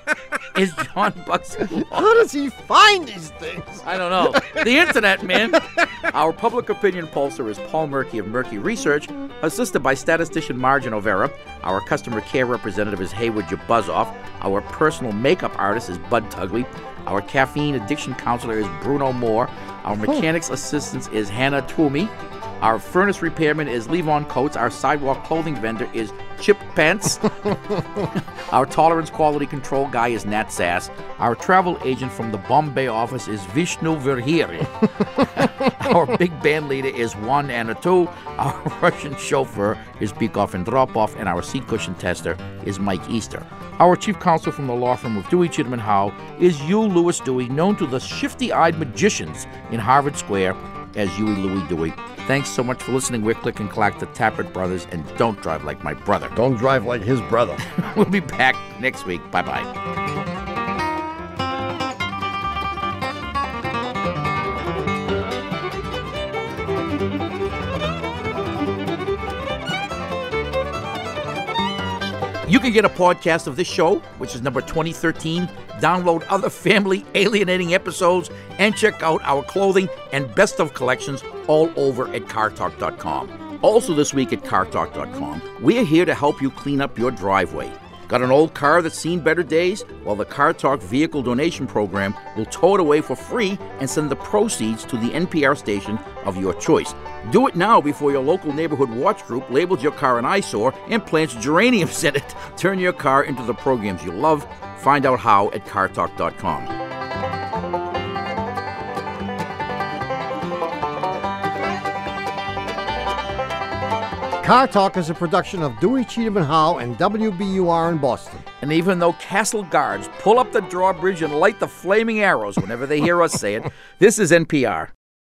is John Buxton.
How does he find these things?
I don't know. The internet, man. Our public opinion pulser is Paul Murky of Murky Research, assisted by statistician Margin Overa. Our customer care representative is Hayward Jabuzzoff. Our personal makeup artist is Bud Tugley. Our caffeine addiction counselor is Bruno Moore. Our mechanics assistant is Hannah Toomey. Our furnace repairman is Levon Coates. Our sidewalk clothing vendor is Chip Pence. Our tolerance quality control guy is Nat Sass. Our travel agent from the Bombay office is Vishnu Verhiri. Our big band leader is one and a two. Our Russian chauffeur is Bikoff and Dropoff, and our seat cushion tester is Mike Easter. Our chief counsel from the law firm of Dewey Chitman Howe is Hugh Lewis Dewey, known to the shifty-eyed magicians in Harvard Square as Huey Louie Dewey. Thanks so much for listening. We're Click and Clack, the Tappert Brothers, and don't drive like my brother.
Don't drive like his brother.
we'll be back next week. Bye bye. You can get a podcast of this show, which is number 2013, download other family alienating episodes, and check out our clothing and best of collections all over at cartalk.com. Also, this week at cartalk.com, we're here to help you clean up your driveway. Got an old car that's seen better days? Well, the Car Talk Vehicle Donation Program will tow it away for free and send the proceeds to the NPR station of your choice. Do it now before your local neighborhood watch group labels your car an eyesore and plants geraniums in it. Turn your car into the programs you love. Find out how at cartalk.com.
Car Talk is a production of Dewey Cheatham and Howe and WBUR in Boston.
And even though Castle Guards pull up the drawbridge and light the flaming arrows whenever they hear us say it, this is NPR.